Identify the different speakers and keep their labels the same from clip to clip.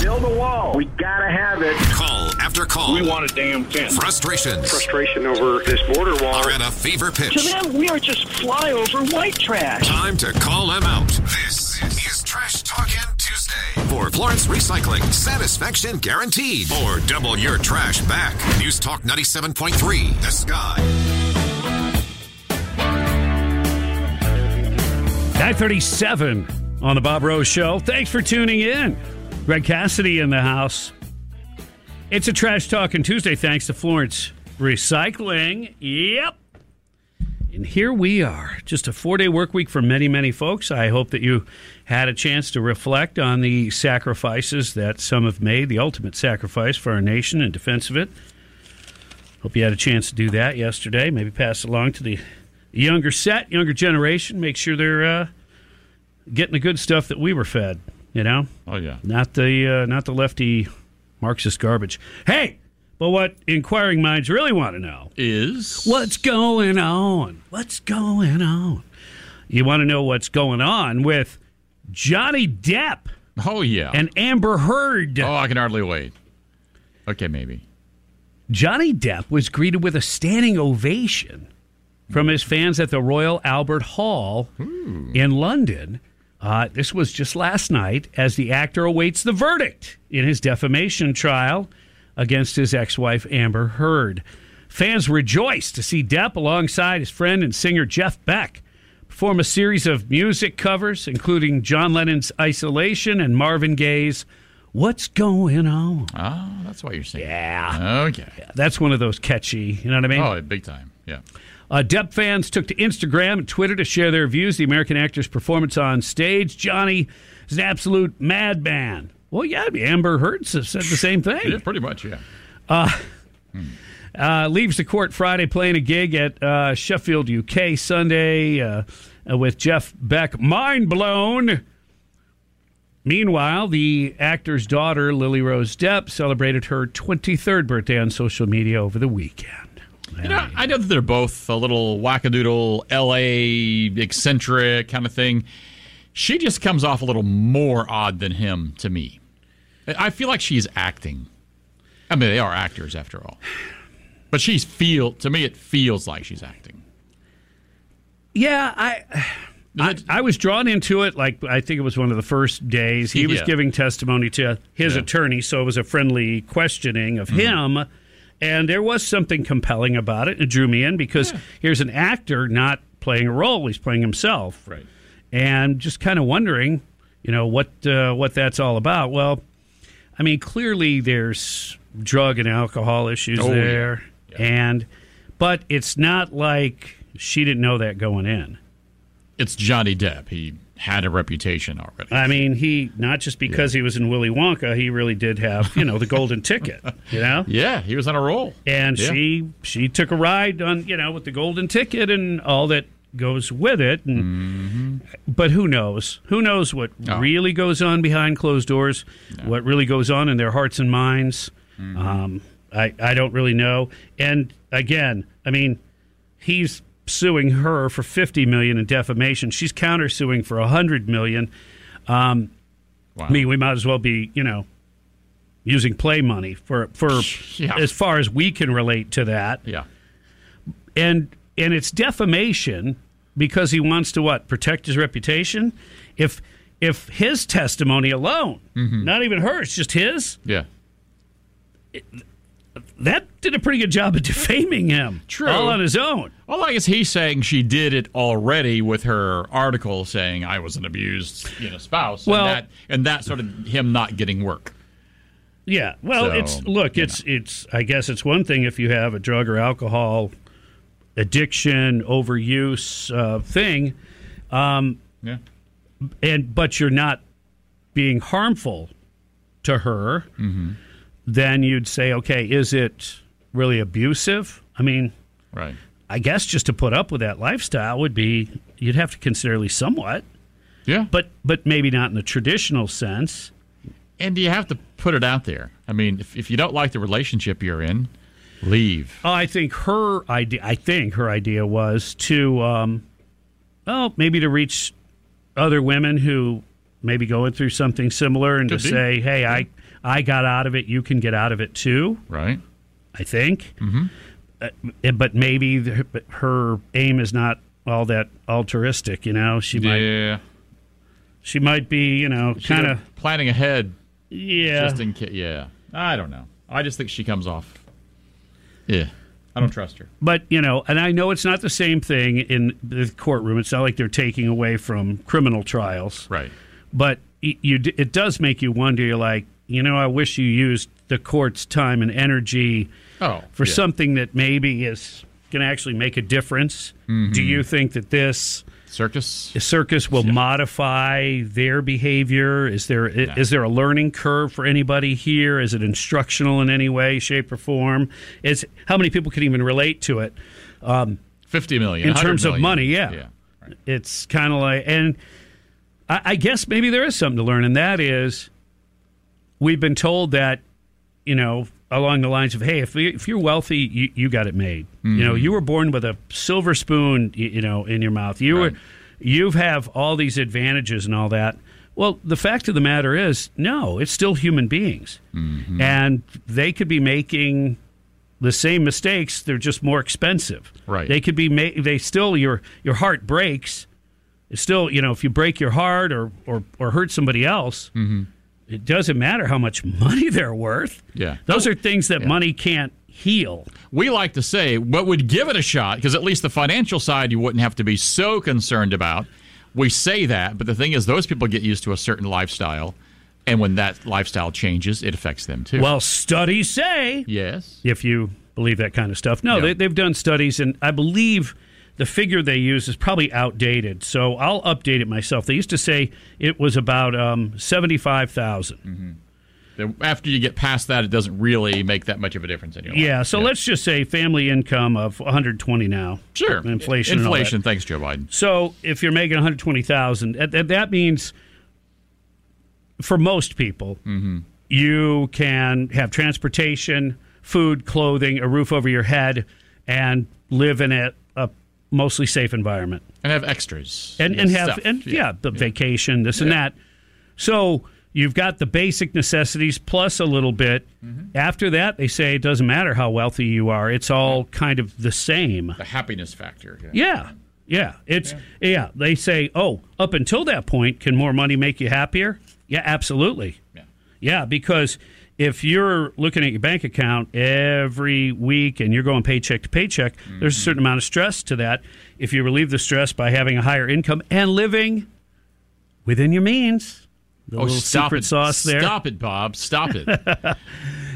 Speaker 1: Build a wall. We gotta have it.
Speaker 2: Call after call.
Speaker 3: We want a damn fence.
Speaker 2: Frustrations
Speaker 3: Frustration over this border wall.
Speaker 2: are at a fever
Speaker 4: To
Speaker 2: pitch.
Speaker 4: them, we are just flyover white trash.
Speaker 2: Time to call them out. This is Trash Talkin' Tuesday for Florence Recycling. Satisfaction guaranteed. Or double your trash back. News Talk 97.3. The Sky.
Speaker 5: 937 on the Bob Rose Show. Thanks for tuning in. Greg Cassidy in the house. It's a Trash Talking Tuesday thanks to Florence Recycling. Yep. And here we are. Just a four day work week for many, many folks. I hope that you had a chance to reflect on the sacrifices that some have made, the ultimate sacrifice for our nation in defense of it. Hope you had a chance to do that yesterday. Maybe pass it along to the younger set, younger generation. Make sure they're uh, getting the good stuff that we were fed. You know,
Speaker 6: Oh yeah.
Speaker 5: not the uh, not the lefty Marxist garbage. Hey, but what inquiring minds really want to know:
Speaker 6: Is
Speaker 5: what's going on? What's going on? You want to know what's going on with Johnny Depp
Speaker 6: Oh yeah.
Speaker 5: and Amber Heard?
Speaker 6: oh, I can hardly wait. Okay, maybe.
Speaker 5: Johnny Depp was greeted with a standing ovation from his fans at the Royal Albert Hall in London. Uh, this was just last night as the actor awaits the verdict in his defamation trial against his ex wife, Amber Heard. Fans rejoiced to see Depp alongside his friend and singer Jeff Beck perform a series of music covers, including John Lennon's Isolation and Marvin Gaye's What's Going On?
Speaker 6: Oh, that's why you're saying.
Speaker 5: Yeah.
Speaker 6: Okay.
Speaker 5: That's one of those catchy, you know what I mean?
Speaker 6: Oh, big time. Yeah.
Speaker 5: Uh, Depp fans took to Instagram and Twitter to share their views. The American actor's performance on stage. Johnny is an absolute madman. Well, yeah, I mean, Amber Heard s- said the same
Speaker 6: Yeah,
Speaker 5: thing.
Speaker 6: pretty much. Yeah.
Speaker 5: Uh, leaves the court Friday playing a gig at uh, Sheffield, UK Sunday uh, uh, with Jeff Beck. Mind blown. Meanwhile, the actor's daughter, Lily Rose Depp, celebrated her 23rd birthday on social media over the weekend.
Speaker 6: You know, I know that they're both a little wackadoodle, L.A. eccentric kind of thing. She just comes off a little more odd than him to me. I feel like she's acting. I mean, they are actors after all. But she's feel to me. It feels like she's acting.
Speaker 5: Yeah, I. I, I was drawn into it like I think it was one of the first days. He was
Speaker 6: Yeah.
Speaker 5: giving testimony to his
Speaker 6: Yeah. Mm-hmm.
Speaker 5: attorney, so it was a friendly questioning of him. And there was something compelling about it. It drew me in because here's an actor not playing a role; he's playing himself,
Speaker 6: Right.
Speaker 5: and just kind of wondering, you know, what uh, what that's all about. Well, I mean, clearly there's drug and alcohol issues
Speaker 6: Oh, yeah.
Speaker 5: there, and but it's not like she didn't know that going in.
Speaker 6: It's Johnny Depp. He had a reputation already.
Speaker 5: I mean, he not just because he was in Willy Wonka, he really did have you know the golden ticket, you know.
Speaker 6: yeah, he was on a roll.
Speaker 5: And
Speaker 6: Yeah.
Speaker 5: she she took a ride on you know with the golden ticket and all that goes with it. And but who knows? Who knows what
Speaker 6: Mm-hmm. Oh.
Speaker 5: really goes on behind closed doors? What really goes on in their hearts and minds?
Speaker 6: Mm-hmm.
Speaker 5: Um, I I don't really know. And again, I mean, he's suing her for 50 million in defamation. She's countersuing for 100 million.
Speaker 6: Wow.
Speaker 5: I mean, we might as well be, you know, using play money for for
Speaker 6: Yeah.
Speaker 5: as far as we can relate to that.
Speaker 6: yeah.
Speaker 5: And and it's defamation because he wants to what? Protect his reputation. If if his testimony alone,
Speaker 6: Mm-hmm.
Speaker 5: not even hers, just his,
Speaker 6: Yeah.
Speaker 5: that did a pretty good job of defaming him.
Speaker 6: True.
Speaker 5: All on his own.
Speaker 6: Well, I guess he's saying she did it already with her article saying I was an abused, you know, spouse.
Speaker 5: Well-
Speaker 6: and that, and that sort of him not getting work.
Speaker 5: Yeah. Well,
Speaker 6: So,
Speaker 5: it's look,
Speaker 6: you
Speaker 5: it's it's I guess it's one thing if you have a drug or alcohol addiction, overuse uh, thing. um,
Speaker 6: Yeah.
Speaker 5: and but you're not being harmful to her,
Speaker 6: Mm-hmm.
Speaker 5: then you'd say, okay, is it really abusive? I mean,
Speaker 6: Right.
Speaker 5: I guess just to put up with that lifestyle would be you'd have to consider at least somewhat,
Speaker 6: Yeah.
Speaker 5: but but maybe not in the traditional sense.
Speaker 6: and you have to put it out there. I mean, if, if you don't like the relationship you're in, leave.
Speaker 5: Oh, I think her idea. I think her idea was to, um, oh, maybe to reach other women who maybe going through something similar and
Speaker 6: Could
Speaker 5: to
Speaker 6: be.
Speaker 5: say, hey, I, I got out of it. You can get out of it too,
Speaker 6: right?
Speaker 5: I think. Mm-hmm. Uh, but maybe the, but her aim is not all that altruistic, you know? She might
Speaker 6: Yeah,
Speaker 5: she might be, you know,
Speaker 6: She
Speaker 5: kind of
Speaker 6: was planning ahead
Speaker 5: yeah.
Speaker 6: just in case. Yeah, I don't know. I just think she comes off. Yeah, I don't trust her.
Speaker 5: but you know, and I know it's not the same thing in the courtroom. It's not like they're taking away from criminal trials,
Speaker 6: Right.
Speaker 5: but y- you d- it does make you wonder. You're like, you know, I wish you used the court's time and energy
Speaker 6: Oh,
Speaker 5: for
Speaker 6: yeah.
Speaker 5: something that maybe is going to actually make a difference. Do you think that this
Speaker 6: circus.
Speaker 5: circus will modify their behavior? Is there i- is there a learning curve for anybody here? Is it instructional in any way, shape, or form? Is how many people could even relate to it?
Speaker 6: Fifty million
Speaker 5: in
Speaker 6: 100
Speaker 5: terms of
Speaker 6: million.
Speaker 5: money, yeah.
Speaker 6: yeah. Right.
Speaker 5: it's kind of like and I, I guess maybe there is something to learn and that is we've been told that you know along the lines of hey if, you, if you're wealthy you, you got it made you know you were born with a silver spoon you, you know in your mouth you
Speaker 6: Right.
Speaker 5: were you have all these advantages and all that well the fact of the matter is no it's still human beings
Speaker 6: Mm-hmm.
Speaker 5: and they could be making the same mistakes they're just more expensive
Speaker 6: Right.
Speaker 5: they could be ma- they still your your heart breaks it's still you know if you break your heart or or, or hurt somebody else
Speaker 6: Mm-hmm.
Speaker 5: it doesn't matter how much money they're worth
Speaker 6: Yeah.
Speaker 5: those are things that money can't heal
Speaker 6: we like to say what would give it a shot because at least the financial side you wouldn't have to be so concerned about we say that but the thing is those people get used to a certain lifestyle and when that lifestyle changes it affects them too
Speaker 5: well studies say
Speaker 6: yes
Speaker 5: if you believe that kind of stuff no
Speaker 6: Yeah.
Speaker 5: they, they've done studies and i believe the figure they use is probably outdated so i'll update it myself they used to say it was about um, 75000
Speaker 6: Mm-hmm. Then after you get past that it doesn't really make that much of a difference anymore
Speaker 5: Yeah, so let's just say family income of 120 now.
Speaker 6: sure
Speaker 5: Inflation. and all that.
Speaker 6: inflation thanks joe biden
Speaker 5: So if you're making 120,000, that, that, that means for most people, you can have transportation, food, clothing, a roof over your head, and live in a, a mostly safe environment
Speaker 6: and have extras
Speaker 5: and and have
Speaker 6: stuff.
Speaker 5: and yeah, the vacation, this and that. So you've got the basic necessities plus a little bit. After that, they say it doesn't matter how wealthy you are; it's all kind of the same.
Speaker 6: the happiness factor
Speaker 5: Yeah, yeah. It's yeah. They say, oh, up until that point, can more money make you happier? Yeah, absolutely.
Speaker 6: Yeah.
Speaker 5: Yeah, because if you're looking at your bank account every week and you're going paycheck to paycheck,
Speaker 6: Mm-hmm.
Speaker 5: there's a certain amount of stress to that. If you relieve the stress by having a higher income and living within your means, the
Speaker 6: Oh,
Speaker 5: little
Speaker 6: stop
Speaker 5: secret
Speaker 6: it.
Speaker 5: sauce there,
Speaker 6: Stop it, Bob. Stop it.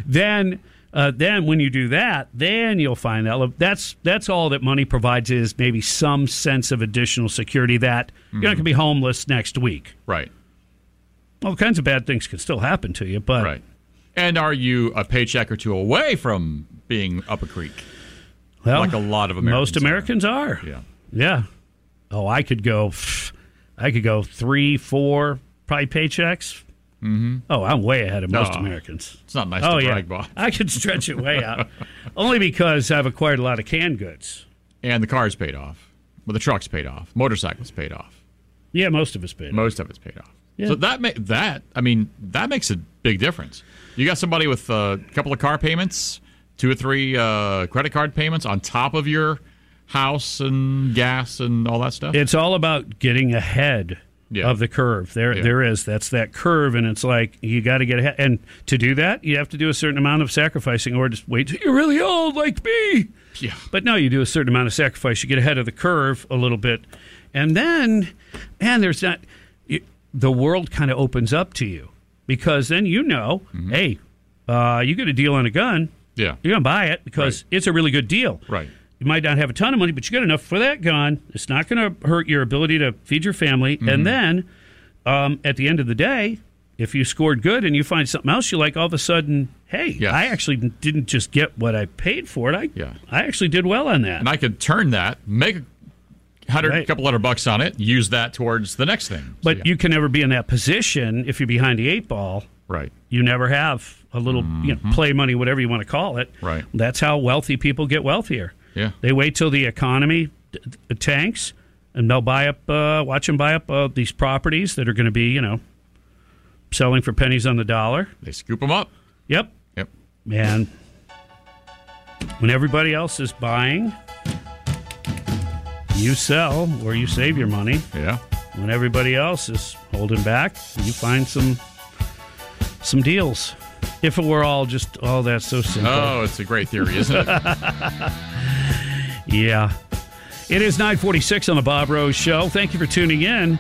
Speaker 5: then. Uh, then when you do that, then you'll find that look, that's that's all that money provides is maybe some sense of additional security that you're not
Speaker 6: Mm-hmm.
Speaker 5: going to be homeless next week.
Speaker 6: right.
Speaker 5: All kinds of bad things could still happen to you, but
Speaker 6: Right. And are you a paycheck or two away from being up a creek?
Speaker 5: well,
Speaker 6: Like a lot of Americans
Speaker 5: most
Speaker 6: are.
Speaker 5: Americans are.
Speaker 6: Yeah.
Speaker 5: Yeah. Oh, I could go. pff, I could go three, four, probably paychecks. Mm-hmm. Oh, I'm way ahead of most
Speaker 6: Aw.
Speaker 5: Americans.
Speaker 6: It's not nice
Speaker 5: Oh
Speaker 6: to
Speaker 5: yeah,
Speaker 6: brag, Bob.
Speaker 5: I could stretch it way out, only because I've acquired a lot of canned goods.
Speaker 6: And the car's paid off. Well, the truck's paid off. Motorcycle's paid off.
Speaker 5: Yeah, most of us been.
Speaker 6: Most of it's paid off. So that ma- that I mean that makes a big difference. You got somebody with a couple of car payments, two or three uh, credit card payments on top of your house and gas and all that stuff.
Speaker 5: it's all about getting ahead
Speaker 6: Yeah.
Speaker 5: of the curve. There,
Speaker 6: Yeah.
Speaker 5: there is that's that curve, and it's like you got to get ahead. And to do that, you have to do a certain amount of sacrificing, or just wait till you're really old, like me.
Speaker 6: yeah.
Speaker 5: But no, you do a certain amount of sacrifice. You get ahead of the curve a little bit, and then, man, there's not you, the world kind of opens up to you because then you know,
Speaker 6: Mm-hmm.
Speaker 5: hey, uh, you get a deal on a gun,
Speaker 6: Yeah.
Speaker 5: you're gonna buy it because it's a really good deal.
Speaker 6: Right.
Speaker 5: You might not have a ton of money, but you got enough for that gun. It's not gonna hurt your ability to feed your family,
Speaker 6: Mm-hmm.
Speaker 5: and then um, at the end of the day. If you scored good and you find something else you like, all of a sudden, hey,
Speaker 6: Yes.
Speaker 5: I actually didn't just get what I paid for it. I
Speaker 6: Yeah.
Speaker 5: I actually did well on that.
Speaker 6: And I could turn that, make a hundred,
Speaker 5: Right.
Speaker 6: couple hundred bucks on it, use that towards the next thing. So,
Speaker 5: but
Speaker 6: yeah.
Speaker 5: you can never be in that position if you're behind the eight ball.
Speaker 6: right.
Speaker 5: You never have a little you know, play money, whatever you want to call it.
Speaker 6: Mm-hmm. Right.
Speaker 5: That's how wealthy people get wealthier.
Speaker 6: Yeah.
Speaker 5: They wait till the economy d- d- tanks, and they'll buy up, uh, watch them buy up uh, these properties that are going to be, you know, selling for pennies on the dollar.
Speaker 6: They scoop them up.
Speaker 5: Yep.
Speaker 6: Yep.
Speaker 5: Man, when everybody else is buying, you sell or you save your money.
Speaker 6: Yeah.
Speaker 5: When everybody else is holding back, you find some some deals. If it were all just oh that's so simple.
Speaker 6: Oh, it's a great theory, isn't it?
Speaker 5: Yeah. It is 946 on the Bob Rose Show. Thank you for tuning in.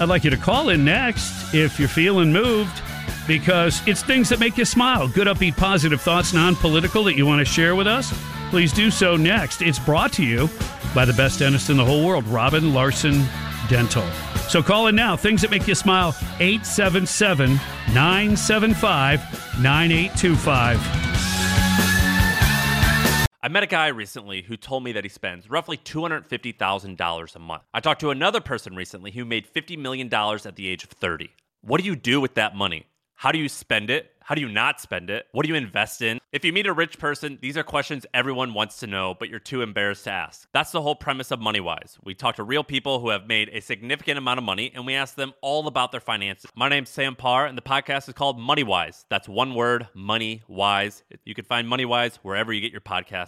Speaker 5: I'd like you to call in next if you're feeling moved because it's things that make you smile. Good, upbeat, positive thoughts, non political that you want to share with us. Please do so next. It's brought to you by the best dentist in the whole world, Robin Larson Dental. So call in now. Things that make you smile, 877 975 9825.
Speaker 7: I met a guy recently who told me that he spends roughly $250,000 a month. I talked to another person recently who made $50 million at the age of 30. What do you do with that money? How do you spend it? How do you not spend it? What do you invest in? If you meet a rich person, these are questions everyone wants to know, but you're too embarrassed to ask. That's the whole premise of MoneyWise. We talk to real people who have made a significant amount of money and we ask them all about their finances. My name's Sam Parr, and the podcast is called MoneyWise. That's one word, Money Wise. You can find MoneyWise wherever you get your podcasts.